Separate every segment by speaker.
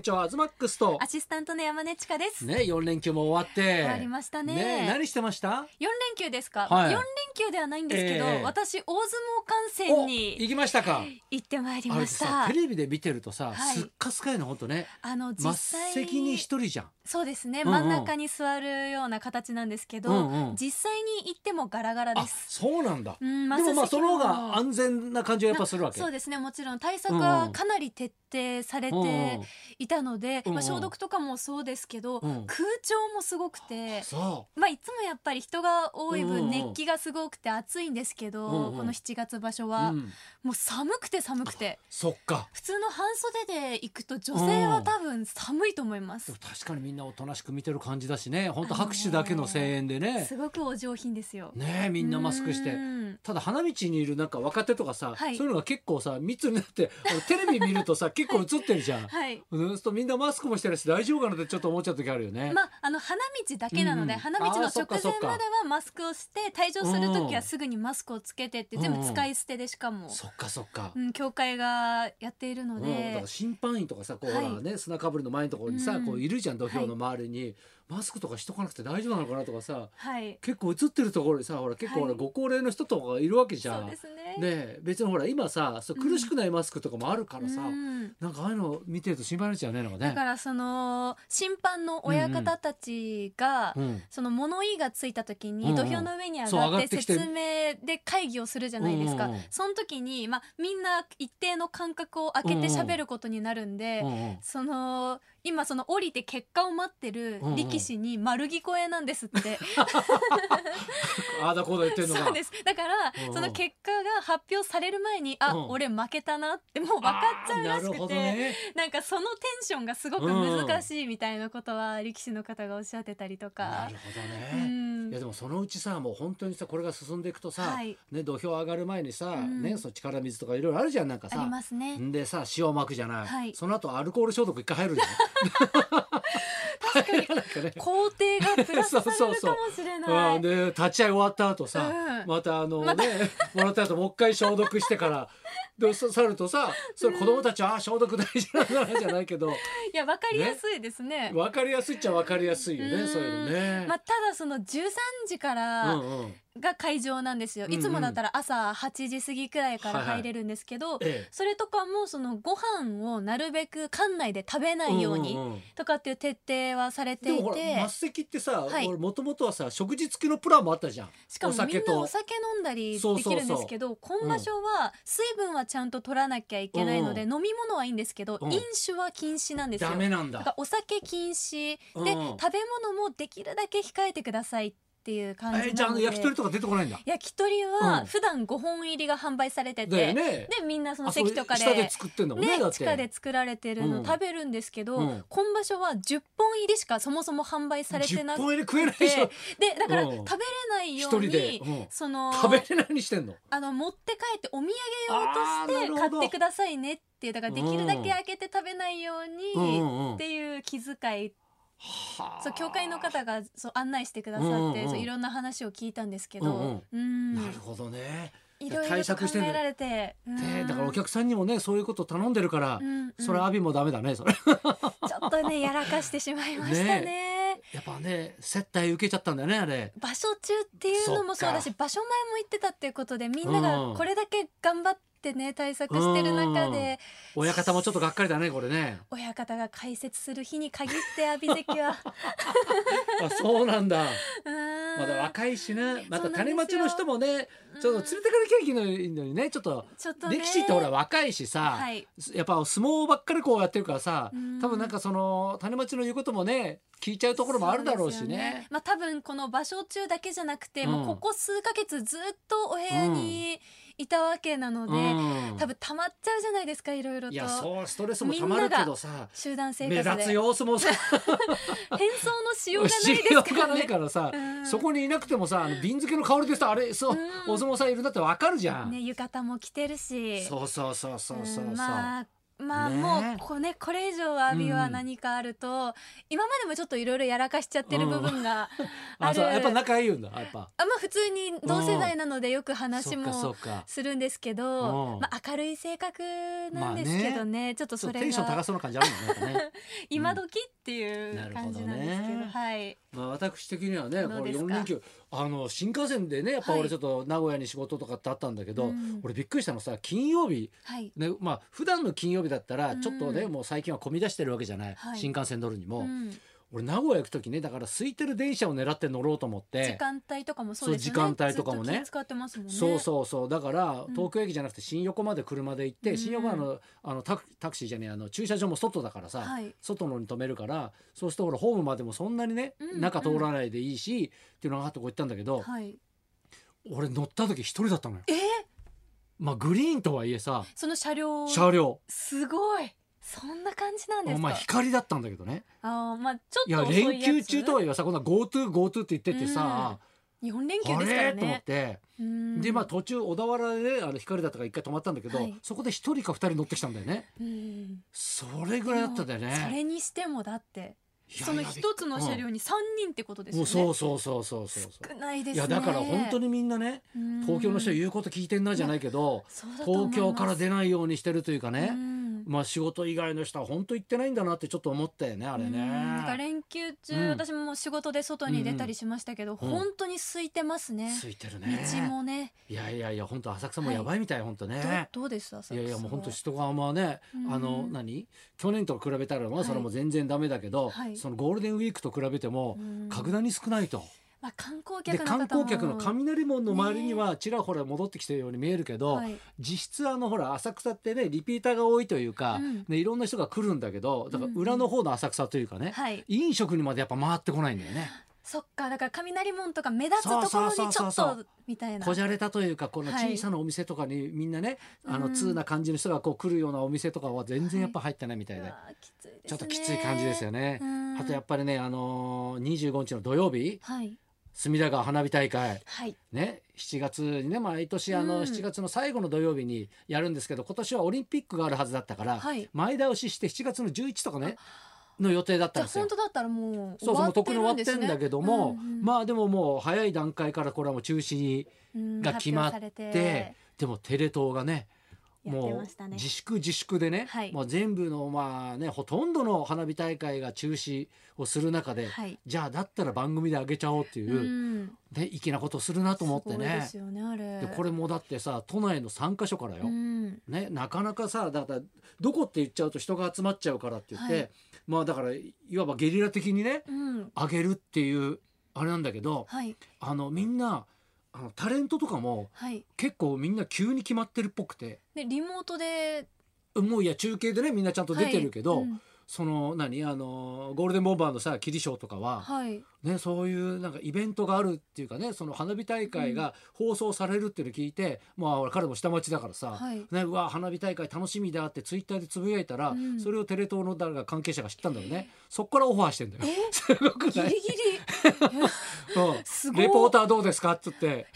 Speaker 1: 一応アズマックスと
Speaker 2: アシスタントの山根千佳です。
Speaker 1: ね4連休も終わって
Speaker 2: 終わりましたね
Speaker 1: 何してました
Speaker 2: 四連休ですか。四、
Speaker 1: はい
Speaker 2: 連休ではないんですけど、
Speaker 1: ええ
Speaker 2: 私大相撲観戦
Speaker 1: お
Speaker 2: に
Speaker 1: 行きましたか
Speaker 2: 行ってまいり
Speaker 1: あれ
Speaker 2: まし
Speaker 1: さ
Speaker 2: た
Speaker 1: テ。レビで見てるとさ、
Speaker 2: はい
Speaker 1: すっかすかやのほんとね
Speaker 2: あの
Speaker 1: 末
Speaker 2: 実際
Speaker 1: 席に一人じゃん
Speaker 2: そうですね、
Speaker 1: うんうん
Speaker 2: 真ん中に座るような形なんですけど、
Speaker 1: うんうん
Speaker 2: 実際に行ってもガラガラ
Speaker 1: あ
Speaker 2: です。
Speaker 1: そうなんだ、
Speaker 2: うん、
Speaker 1: でもまあ
Speaker 2: 末席
Speaker 1: その方が安全な感じはやっぱするわけ
Speaker 2: そうですねもちろん対策はかなり徹底され
Speaker 1: うんうん
Speaker 2: ていたので、
Speaker 1: うんうん
Speaker 2: まあ、消毒とかもそうですけど、
Speaker 1: うん
Speaker 2: 空調もすごくて、
Speaker 1: そ
Speaker 2: まあ、いつもやっぱり人が多い
Speaker 1: うんうん
Speaker 2: 分熱気がすごくて暑いんですけど、
Speaker 1: うんうん
Speaker 2: この7月場所
Speaker 1: う、
Speaker 2: は、
Speaker 1: うん
Speaker 2: もう寒くて寒くて
Speaker 1: そっか
Speaker 2: 普通の半袖で行くと女性は多分寒いと思いま
Speaker 1: ですも、確かにみんなおとなしく見てる感じだしね本当
Speaker 2: あのー
Speaker 1: 拍手だけの声援でね
Speaker 2: すごくお上品ですよ、
Speaker 1: ねえみんなマスクして
Speaker 2: うん
Speaker 1: ただ花道にいるなんか若手とかさ、
Speaker 2: はい
Speaker 1: そういうのが結構さ密になって あのテレビ見るとさ結構映ってるじゃん。
Speaker 2: はい
Speaker 1: そうするとみんなマスクもしてるし大丈夫かなってちょっと思っちゃう時あるよね。
Speaker 2: まあ、あの花道だけなので、
Speaker 1: うん
Speaker 2: 花道の
Speaker 1: あーそっ
Speaker 2: 直
Speaker 1: かそっ
Speaker 2: 前
Speaker 1: か
Speaker 2: まではマスクをして退場する時はすぐにマスクをつけてって、
Speaker 1: うん
Speaker 2: 全部使い捨てでしかも、
Speaker 1: そっかそっか。
Speaker 2: うん、教会がやっているの
Speaker 1: うん、
Speaker 2: で、
Speaker 1: だから審判員とかさこう、
Speaker 2: はい
Speaker 1: ほらね砂かぶりの前のところにさ、
Speaker 2: うん
Speaker 1: こういるじゃん土俵の周りに、マスクとかしとかなくて大丈夫なのかなとかさ
Speaker 2: はい
Speaker 1: 結構映ってるところにさほら結構ほら、
Speaker 2: はい
Speaker 1: ご高齢の人とかがいるわけじゃ
Speaker 2: そ
Speaker 1: ん。
Speaker 2: うですね
Speaker 1: ねえ別にほら今さそう苦しくないマスクとかもあるからさ、
Speaker 2: うん
Speaker 1: なんかああいうの見てると心配になっちゃうねなんかね。
Speaker 2: だからその審判の親方たちが、
Speaker 1: うん
Speaker 2: その物言いがついた時
Speaker 1: うんう
Speaker 2: に
Speaker 1: ん
Speaker 2: 土俵の上に上
Speaker 1: そう上
Speaker 2: が
Speaker 1: が
Speaker 2: っ
Speaker 1: っててきて
Speaker 2: 説明で会議をするじゃないですか、
Speaker 1: うんうんうん
Speaker 2: その時に、まあ、みんな一定の間隔を空けて喋ることになるんで、
Speaker 1: うんうん
Speaker 2: その今その降りて結果を待ってる力士に丸聞こえなんで すって、
Speaker 1: ああだこうだ言ってるのが。
Speaker 2: そうですだから、
Speaker 1: うんうん
Speaker 2: その結果が発表される前にあ、
Speaker 1: うん
Speaker 2: 俺負けたなってもう分かっちゃうら
Speaker 1: あーな
Speaker 2: し
Speaker 1: るほ
Speaker 2: く
Speaker 1: ど
Speaker 2: て、
Speaker 1: ね。
Speaker 2: なんかそのテンションがすごく難しいみたいなことは力士の方がおっしゃってたりと
Speaker 1: な
Speaker 2: か
Speaker 1: る。ほ
Speaker 2: う
Speaker 1: どね。
Speaker 2: ん
Speaker 1: いやでもそのうちさもう本当にさこれが進んでいくとさ、
Speaker 2: はい
Speaker 1: ね土俵上がる前にさ、
Speaker 2: うん
Speaker 1: ねその力水とかいろいろあるじゃんなんか
Speaker 2: あり
Speaker 1: さ。
Speaker 2: ますね。
Speaker 1: んでさ塩まくじゃない、
Speaker 2: はい
Speaker 1: その後アルコール消毒一回入るじゃん
Speaker 2: 確かに
Speaker 1: なんかね
Speaker 2: 工程がプラスされるかもしれな
Speaker 1: う
Speaker 2: い。
Speaker 1: ん、で立ち合い終わった後さ、
Speaker 2: うん
Speaker 1: またあのね
Speaker 2: また
Speaker 1: もらった後もう一回消毒してからでそ去るとさそれ子供たちは、あー消毒大事なんだなじゃないけど
Speaker 2: いやわかりやすいですね。
Speaker 1: 分かりやすいっちゃ分かりやすいよね、
Speaker 2: うん
Speaker 1: そういうのね。
Speaker 2: まあ、ただその13時から
Speaker 1: うんうん
Speaker 2: が会場なんですよ、いつもだったら朝8時過ぎくらいから
Speaker 1: はいはい
Speaker 2: 入れるんですけど、
Speaker 1: ええ
Speaker 2: それとかもそのご飯をなるべく館内で食べないように
Speaker 1: んんん
Speaker 2: とかっていう徹底はされ
Speaker 1: で
Speaker 2: てい
Speaker 1: も
Speaker 2: て、
Speaker 1: ほら末席ってさ、
Speaker 2: はい
Speaker 1: 俺もともとはさ食事付きのプランもあったじゃん
Speaker 2: しかも
Speaker 1: お
Speaker 2: み
Speaker 1: 酒
Speaker 2: んな
Speaker 1: と
Speaker 2: お酒飲んだりできるんですけど
Speaker 1: う
Speaker 2: 今場所は水分はちゃんと取らなきゃいけないので、
Speaker 1: う
Speaker 2: 飲み物はいいんですけど、
Speaker 1: うん
Speaker 2: 飲酒は禁止なんですよ
Speaker 1: ダメなん
Speaker 2: だ
Speaker 1: だ
Speaker 2: からお酒禁止で、
Speaker 1: うん
Speaker 2: 食べ物もできるだけ控えてくださいっていう感じなの
Speaker 1: え
Speaker 2: で
Speaker 1: じゃああの焼き鳥とか出てこないんだ
Speaker 2: 焼き鳥
Speaker 1: うん
Speaker 2: は普段5本入りが販売されて
Speaker 1: だ
Speaker 2: て、
Speaker 1: よね
Speaker 2: でみんなその
Speaker 1: あそう
Speaker 2: 席とかで
Speaker 1: 下で作ってんだもんね
Speaker 2: ね
Speaker 1: だって
Speaker 2: 地下で作られてる
Speaker 1: うん
Speaker 2: の食べるんですけど、
Speaker 1: うん
Speaker 2: 今場所は10本入りしかそもそも販売されてな
Speaker 1: 10
Speaker 2: く
Speaker 1: 本入れ食えない
Speaker 2: て
Speaker 1: でしょ
Speaker 2: でだから
Speaker 1: うん
Speaker 2: 食べれない
Speaker 1: 一
Speaker 2: よ
Speaker 1: 人
Speaker 2: う
Speaker 1: で、
Speaker 2: に
Speaker 1: うん
Speaker 2: その
Speaker 1: 食べれないようにしてんの
Speaker 2: あの持って帰ってお土
Speaker 1: あー
Speaker 2: 産
Speaker 1: な
Speaker 2: 用
Speaker 1: る
Speaker 2: と
Speaker 1: ほ
Speaker 2: し
Speaker 1: ど
Speaker 2: て買ってくださいねっていうだからできるだ
Speaker 1: うん
Speaker 2: け開けて食べないよう
Speaker 1: うん
Speaker 2: に
Speaker 1: うんうん
Speaker 2: っていう気遣い
Speaker 1: はあ
Speaker 2: そう教会の方がそう案内してくださっ
Speaker 1: うんう
Speaker 2: て
Speaker 1: ん
Speaker 2: そういろんな話を聞いたんですけ
Speaker 1: う
Speaker 2: どうん
Speaker 1: なるほどね、
Speaker 2: いろいろ
Speaker 1: 対
Speaker 2: と
Speaker 1: 策
Speaker 2: 考
Speaker 1: してんだ
Speaker 2: えられて
Speaker 1: ね
Speaker 2: うん
Speaker 1: だからお客さんにもねそういうこと頼んでるから、
Speaker 2: うんうん
Speaker 1: それアビもダメだねそれ
Speaker 2: ちょっとねやらかしてしまいま したね。
Speaker 1: やっぱね接待受けちゃったんだよねあれ
Speaker 2: 場所中っていうのもそうだ
Speaker 1: そ
Speaker 2: し
Speaker 1: っ
Speaker 2: 場所前も行ってたっていうことでみんな
Speaker 1: うん
Speaker 2: がこれだけ頑張ってね対策してる中で
Speaker 1: 親方もちょっとがっかりだねこれね
Speaker 2: 親方が解説する日に限って阿炎関は
Speaker 1: あそうなんだ
Speaker 2: うーん
Speaker 1: まだ若いしねま
Speaker 2: そ
Speaker 1: た
Speaker 2: うなんです
Speaker 1: 種
Speaker 2: よ
Speaker 1: 町の人もねちょっと連れてかなきゃいけないのにねちょっと
Speaker 2: ちょっとね
Speaker 1: 力士ってほら若いしさ、
Speaker 2: はい
Speaker 1: やっぱ相撲ばっかりこうやってるからさ
Speaker 2: うん
Speaker 1: 多分なんかその種町の言うこともね聞いちゃうところもあるだろうし
Speaker 2: そですよ
Speaker 1: ね。
Speaker 2: まあ多分この場所中だけじゃなくて、
Speaker 1: うん
Speaker 2: もうここ数ヶ月ずっとお部屋にいたわけなので、
Speaker 1: うん
Speaker 2: 多分溜まっちゃうじゃないですかいろいろ
Speaker 1: いや
Speaker 2: と
Speaker 1: そうストレスもたまるけどさ
Speaker 2: 集団生
Speaker 1: 目
Speaker 2: 活
Speaker 1: 立つ
Speaker 2: で
Speaker 1: 様子も さ
Speaker 2: 変装のしようがないで
Speaker 1: 知りよ
Speaker 2: す
Speaker 1: う
Speaker 2: か
Speaker 1: が
Speaker 2: ら
Speaker 1: な
Speaker 2: ね
Speaker 1: いからさ、
Speaker 2: うん
Speaker 1: そこにいなくてもさあの瓶漬けの香りでさあれそう、
Speaker 2: うん
Speaker 1: お相撲さんいるんだってわかるじゃん。
Speaker 2: ね浴衣も着てるし
Speaker 1: そうそうそうそうそうそう。
Speaker 2: うんまあまあ
Speaker 1: ねえ
Speaker 2: もうこ,、ね、これ以上アビ
Speaker 1: う
Speaker 2: は
Speaker 1: ん
Speaker 2: 何かあると、今までもちょっといろいろやらかしちゃってる部分が、
Speaker 1: あ
Speaker 2: ある
Speaker 1: そうやっぱ仲いいんだやっぱ
Speaker 2: あまあ普通に同世代なのでよく話
Speaker 1: そっかそ
Speaker 2: も
Speaker 1: っか
Speaker 2: するんですけ
Speaker 1: うん
Speaker 2: ど、まあ、明るい性格なんですけどね,、ちょっと
Speaker 1: ちょ
Speaker 2: そ
Speaker 1: っと
Speaker 2: れ
Speaker 1: テンション高
Speaker 2: が
Speaker 1: そうな感じあるもんねやっぱね
Speaker 2: 今時ってい
Speaker 1: なる
Speaker 2: う
Speaker 1: ほどね
Speaker 2: 感じなんですけど、はい
Speaker 1: まあ、私的にはね
Speaker 2: ど
Speaker 1: こ
Speaker 2: う
Speaker 1: れ
Speaker 2: ですか
Speaker 1: 4連休あの新幹線でねやっぱ
Speaker 2: は
Speaker 1: 俺
Speaker 2: い
Speaker 1: ちょっと名古屋に仕事とかってあったんだけど、
Speaker 2: うん
Speaker 1: 俺びっくりしたのさ金曜日、
Speaker 2: はい
Speaker 1: ねまあ普段の金曜日だったら
Speaker 2: うん
Speaker 1: ちょっとね、もう最近は混み出してるわけじゃない、
Speaker 2: はい
Speaker 1: 新幹線乗るにも、
Speaker 2: うん
Speaker 1: 俺名古屋行く時ねだから空いてる電車を狙って乗ろうと思って
Speaker 2: 時間帯とかもそうですよね
Speaker 1: そう時間帯とかもね
Speaker 2: ずっ気使ってますもんね
Speaker 1: そうそうそうだから
Speaker 2: うん
Speaker 1: 東京駅じゃなくて新横まで車で行って、
Speaker 2: うん
Speaker 1: 新横浜のあのタクタクシーじゃねえあの駐車場も外だからさ、
Speaker 2: はい
Speaker 1: 外のに止めるからそうするとほらホームまでもそんなにね、
Speaker 2: うん
Speaker 1: 中通らないでいいしっていうのがあってこう行ったんだけど、
Speaker 2: はい
Speaker 1: 俺乗った時一人だったのよ。
Speaker 2: えー
Speaker 1: まあグリーンとはいえさ
Speaker 2: その車両
Speaker 1: 車両
Speaker 2: すごいそんな感じなんです
Speaker 1: お
Speaker 2: か、
Speaker 1: 前
Speaker 2: あ
Speaker 1: 光だったんだけどね
Speaker 2: あーまあちょっ
Speaker 1: いや
Speaker 2: と遅いやつ
Speaker 1: 連休中とはいえさこんな GoToGoTo って言っててさ、
Speaker 2: 4連休
Speaker 1: あ
Speaker 2: で
Speaker 1: れ
Speaker 2: すから
Speaker 1: と思っ
Speaker 2: ね
Speaker 1: て、
Speaker 2: うん
Speaker 1: でまあ途中小田原でねあの光だったから一回止まったんだけど、
Speaker 2: はい
Speaker 1: そこで一人か二人乗ってきたんだよね
Speaker 2: うん
Speaker 1: それぐらいだったんだよ
Speaker 2: でもそ
Speaker 1: ね
Speaker 2: れにしてもだって
Speaker 1: いや
Speaker 2: その
Speaker 1: いや
Speaker 2: 一つの車両に3人ってことですよね、
Speaker 1: もうそうそうそうそうそう
Speaker 2: 少ない
Speaker 1: い
Speaker 2: ですね
Speaker 1: やだから本当
Speaker 2: に
Speaker 1: にみんなね東京の人は言うこと聞いてんなじゃないけど、東京から出ないようにしてるというかね、まあ仕事以外の人は本当行ってないんだなってちょっと思ったよねあ
Speaker 2: あ
Speaker 1: れ
Speaker 2: だか
Speaker 1: ね。
Speaker 2: ら連休中、
Speaker 1: うん
Speaker 2: 私ももう仕事で外に出たりしましたけど、本当に空いてますね、
Speaker 1: ついてるね。
Speaker 2: 道もね
Speaker 1: いやいやいや本当浅草もやばいみたい、本当ね。
Speaker 2: どどうでした浅
Speaker 1: い
Speaker 2: 草
Speaker 1: や
Speaker 2: はい
Speaker 1: やもう本当人があんまね、
Speaker 2: うん
Speaker 1: あの何去年と比べたらまあ
Speaker 2: はい
Speaker 1: それも全然ダメだけど、
Speaker 2: はい
Speaker 1: そのゴールデンウィークと比べても
Speaker 2: うん
Speaker 1: 格段に少ないと。
Speaker 2: まあ、観光
Speaker 1: で
Speaker 2: 客の方
Speaker 1: 観
Speaker 2: も
Speaker 1: 光客の雷門の周りにはちらほら戻ってきてるように見えるけど、
Speaker 2: はい
Speaker 1: 実質あのほら浅草ってねリピーターが多いというか、
Speaker 2: うん
Speaker 1: ねいろんな人が来るんだけどだから裏の方の浅草というかね、
Speaker 2: はい、
Speaker 1: 飲食にまでやっぱ回ってこないんだよね。
Speaker 2: そっかだから雷門とか目立つところにちょっと
Speaker 1: そうそうそうそう
Speaker 2: みたいな
Speaker 1: こじゃれたというかこの
Speaker 2: はい
Speaker 1: 小さなお店とかにみんなね、あ
Speaker 2: う
Speaker 1: の
Speaker 2: ん
Speaker 1: 通な感じの人がこう来るようなお店とかは全然やっぱ入ってないみたいで、
Speaker 2: うわーきついですね
Speaker 1: ちょっときつい感じですよね。
Speaker 2: うん
Speaker 1: あとやっぱりね、あのー、25日の土曜日
Speaker 2: はい
Speaker 1: 隅田川花火大会
Speaker 2: はい
Speaker 1: ね7月にね毎年あ
Speaker 2: う
Speaker 1: の
Speaker 2: ん
Speaker 1: 7月の最後の土曜日にやるんですけど今年はオリンピックがあるはずだったから、
Speaker 2: はい
Speaker 1: 前倒しして7月の11とかねの予定だっ
Speaker 2: じ
Speaker 1: たん
Speaker 2: ゃあ
Speaker 1: ですよ
Speaker 2: 本。当だったらもう
Speaker 1: そうそうもうとっくに終わって
Speaker 2: る
Speaker 1: んだけども、
Speaker 2: あ
Speaker 1: まあでももう早い段階からこれはもう中止にが決まってででもテレ東がね
Speaker 2: やって
Speaker 1: も
Speaker 2: ました
Speaker 1: う
Speaker 2: ね
Speaker 1: 自粛自粛でね、
Speaker 2: はい
Speaker 1: もう全部のまあねほとんどの花火大会が中止をする中で、
Speaker 2: はい
Speaker 1: じゃあだったら番組であげちゃおうっていう、
Speaker 2: うん
Speaker 1: ね粋なことするなと思って
Speaker 2: すごいで
Speaker 1: ね
Speaker 2: すよねあれ
Speaker 1: でこれもだってさ都内の3か所からよ、
Speaker 2: うん
Speaker 1: ね、なかなかさだからどこって言っちゃうと人が集まっちゃうからって言って、
Speaker 2: はい
Speaker 1: まあだからいわばゲリラ的にね
Speaker 2: うん
Speaker 1: あげるっていうあれなんだけど
Speaker 2: はい
Speaker 1: あのみんなあのタレントとかも
Speaker 2: はい
Speaker 1: 結構みんな急に決まってるっぽくて。
Speaker 2: でリモートで
Speaker 1: もういや中継でねみんなちゃんと出てるけど、
Speaker 2: はいうん
Speaker 1: その何あのゴールデンボンバーのさキリショーとかは、
Speaker 2: はい
Speaker 1: ね、そういうなんかイベントがあるっていうかねその花火大会が放送されるっていうのを聞いて、まあ俺彼も下町だからさ、
Speaker 2: はい
Speaker 1: ね、うわ花火大会楽しみだってツイッターでつぶやいたら、
Speaker 2: うん
Speaker 1: それをテレ東の誰か関係者が知ったんだよねそっからオファーしてんだよ。すごく
Speaker 2: ギ
Speaker 1: な
Speaker 2: リ
Speaker 1: い、
Speaker 2: ギリ
Speaker 1: うん
Speaker 2: すごい
Speaker 1: レポーターどうですかっつって、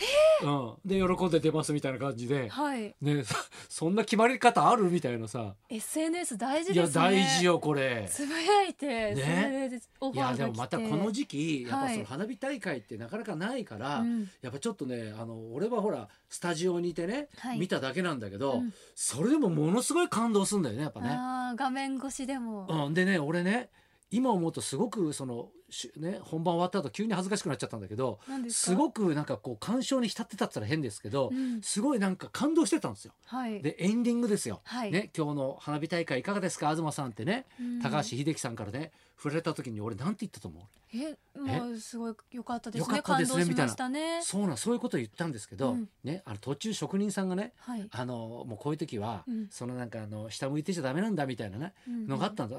Speaker 1: うん、で喜んで出ますみたいな感じで、
Speaker 2: はい
Speaker 1: ね、そ そんな決まり方あるみたいなさ。
Speaker 2: SNS 大事
Speaker 1: い
Speaker 2: で
Speaker 1: や
Speaker 2: すね
Speaker 1: 大事よこれ。
Speaker 2: つぶやい
Speaker 1: ね
Speaker 2: て、それでオ
Speaker 1: い
Speaker 2: ファ
Speaker 1: や
Speaker 2: ーが来て
Speaker 1: でもまたこの時期やっぱ
Speaker 2: はい
Speaker 1: その花火大会ってなかなかないから、
Speaker 2: うん
Speaker 1: やっぱちょっとねあの俺はほらスタジオにいてね、
Speaker 2: はい
Speaker 1: 見ただけなんだけど、
Speaker 2: うん
Speaker 1: それでもものすごい感動するんだよねやっぱね。
Speaker 2: あー画面越しでも、
Speaker 1: うん、でね俺ね今思うとすごくそのしね本番終わった後急に恥ずかしくなっちゃったんだけど
Speaker 2: なんですか
Speaker 1: すごくなんかこう感傷に浸ってたって言ったら変ですけど、
Speaker 2: うん
Speaker 1: すごいなんか感動してたんですよ。
Speaker 2: はい
Speaker 1: でエンディングですよ。
Speaker 2: はい
Speaker 1: ね今日の花火大会いかがですか東さんってね、
Speaker 2: うん
Speaker 1: 高橋英樹さんからね振られた時に俺なんて言ったと思う
Speaker 2: えもうすごい良かったです
Speaker 1: 良
Speaker 2: ね
Speaker 1: かったですね
Speaker 2: 感動しましたね
Speaker 1: そうなんそういうことを言ったんですけど、
Speaker 2: うん
Speaker 1: ねあの途中職人さんがね
Speaker 2: はい、
Speaker 1: あのもうこういう時は、
Speaker 2: うん
Speaker 1: そのなんかあの下向いてちゃダメなんだみたいなね、
Speaker 2: うん
Speaker 1: のがあったんだ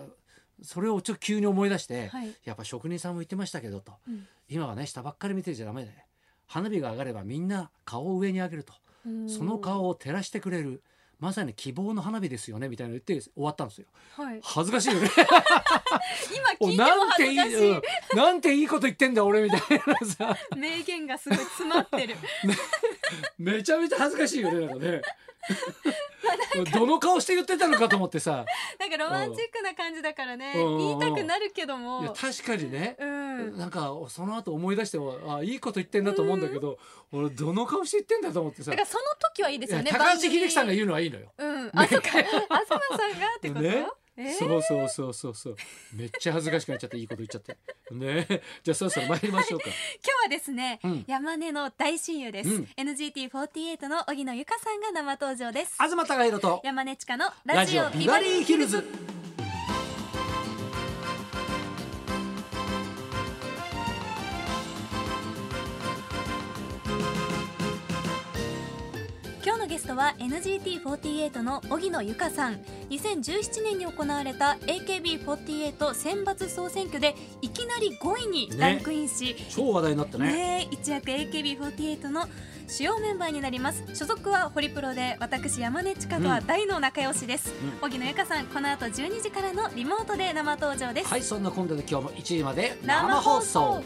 Speaker 1: それをちょっと急に思い出して、
Speaker 2: はい
Speaker 1: やっぱ職人さんも言ってましたけどと
Speaker 2: うん
Speaker 1: 今はね下ばっかり見てちゃダメだよ花火が上がればみんな顔を上に上げるとその顔を照らしてくれるまさに希望の花火ですよねみたいなの言って終わったんですよ
Speaker 2: はい
Speaker 1: 恥ずかしいよね
Speaker 2: 今聞いても
Speaker 1: なん
Speaker 2: 恥
Speaker 1: てい
Speaker 2: ず
Speaker 1: い
Speaker 2: かしい
Speaker 1: うんなんていいこと言ってんだ俺みたいなさ
Speaker 2: 名言がすごい詰まってる
Speaker 1: めちゃめちゃ恥ずかしいよねなんかねどの顔して言ってたのかと思って さ
Speaker 2: なんかロマンチックな感じだからね
Speaker 1: うん
Speaker 2: 言いたくなるけ
Speaker 1: い
Speaker 2: ど
Speaker 1: や
Speaker 2: も
Speaker 1: 確かにね、
Speaker 2: うん
Speaker 1: なんかその後思い出してもあいいこと言ってんなと思うんだけど、俺どの顔して言ってんだと思ってさ、
Speaker 2: だからその時はいいですよね
Speaker 1: いや高
Speaker 2: 番
Speaker 1: 橋
Speaker 2: 組
Speaker 1: 英樹さんが言うのはいいのよ。
Speaker 2: うんあそうか東さんがってこと
Speaker 1: ね
Speaker 2: えー
Speaker 1: そうそうそうそうそうめっちゃ恥ずかしくなっちゃっていいこと言っちゃってねじゃあそろそろ参りましょうか、
Speaker 2: 今日はですね、
Speaker 1: うん
Speaker 2: 山根の大親友です、
Speaker 1: うん
Speaker 2: NGT48 の荻野由香さんが生登場です
Speaker 1: 東貴弘と
Speaker 2: 山根ちかのラ
Speaker 1: ラ
Speaker 2: ジ
Speaker 1: ジ
Speaker 2: オ
Speaker 1: オ
Speaker 2: ビ
Speaker 1: ビ
Speaker 2: バ
Speaker 1: バ
Speaker 2: リー
Speaker 1: リーヒルズ
Speaker 2: 今日のゲストは NGT48 の荻野由香さん2017年に行われた AKB48 選抜総選挙でいきなり5位にランクインし、
Speaker 1: 超話題になったね
Speaker 2: ねえ一躍 AKB48 の主要メンバーになります所属はホリプロで私山根千佳とは大の仲良しです
Speaker 1: うん
Speaker 2: 荻、野由香さんこの後12時からのリモートで生登場です、
Speaker 1: はいそんな今度で今日も1時まで
Speaker 2: 生放送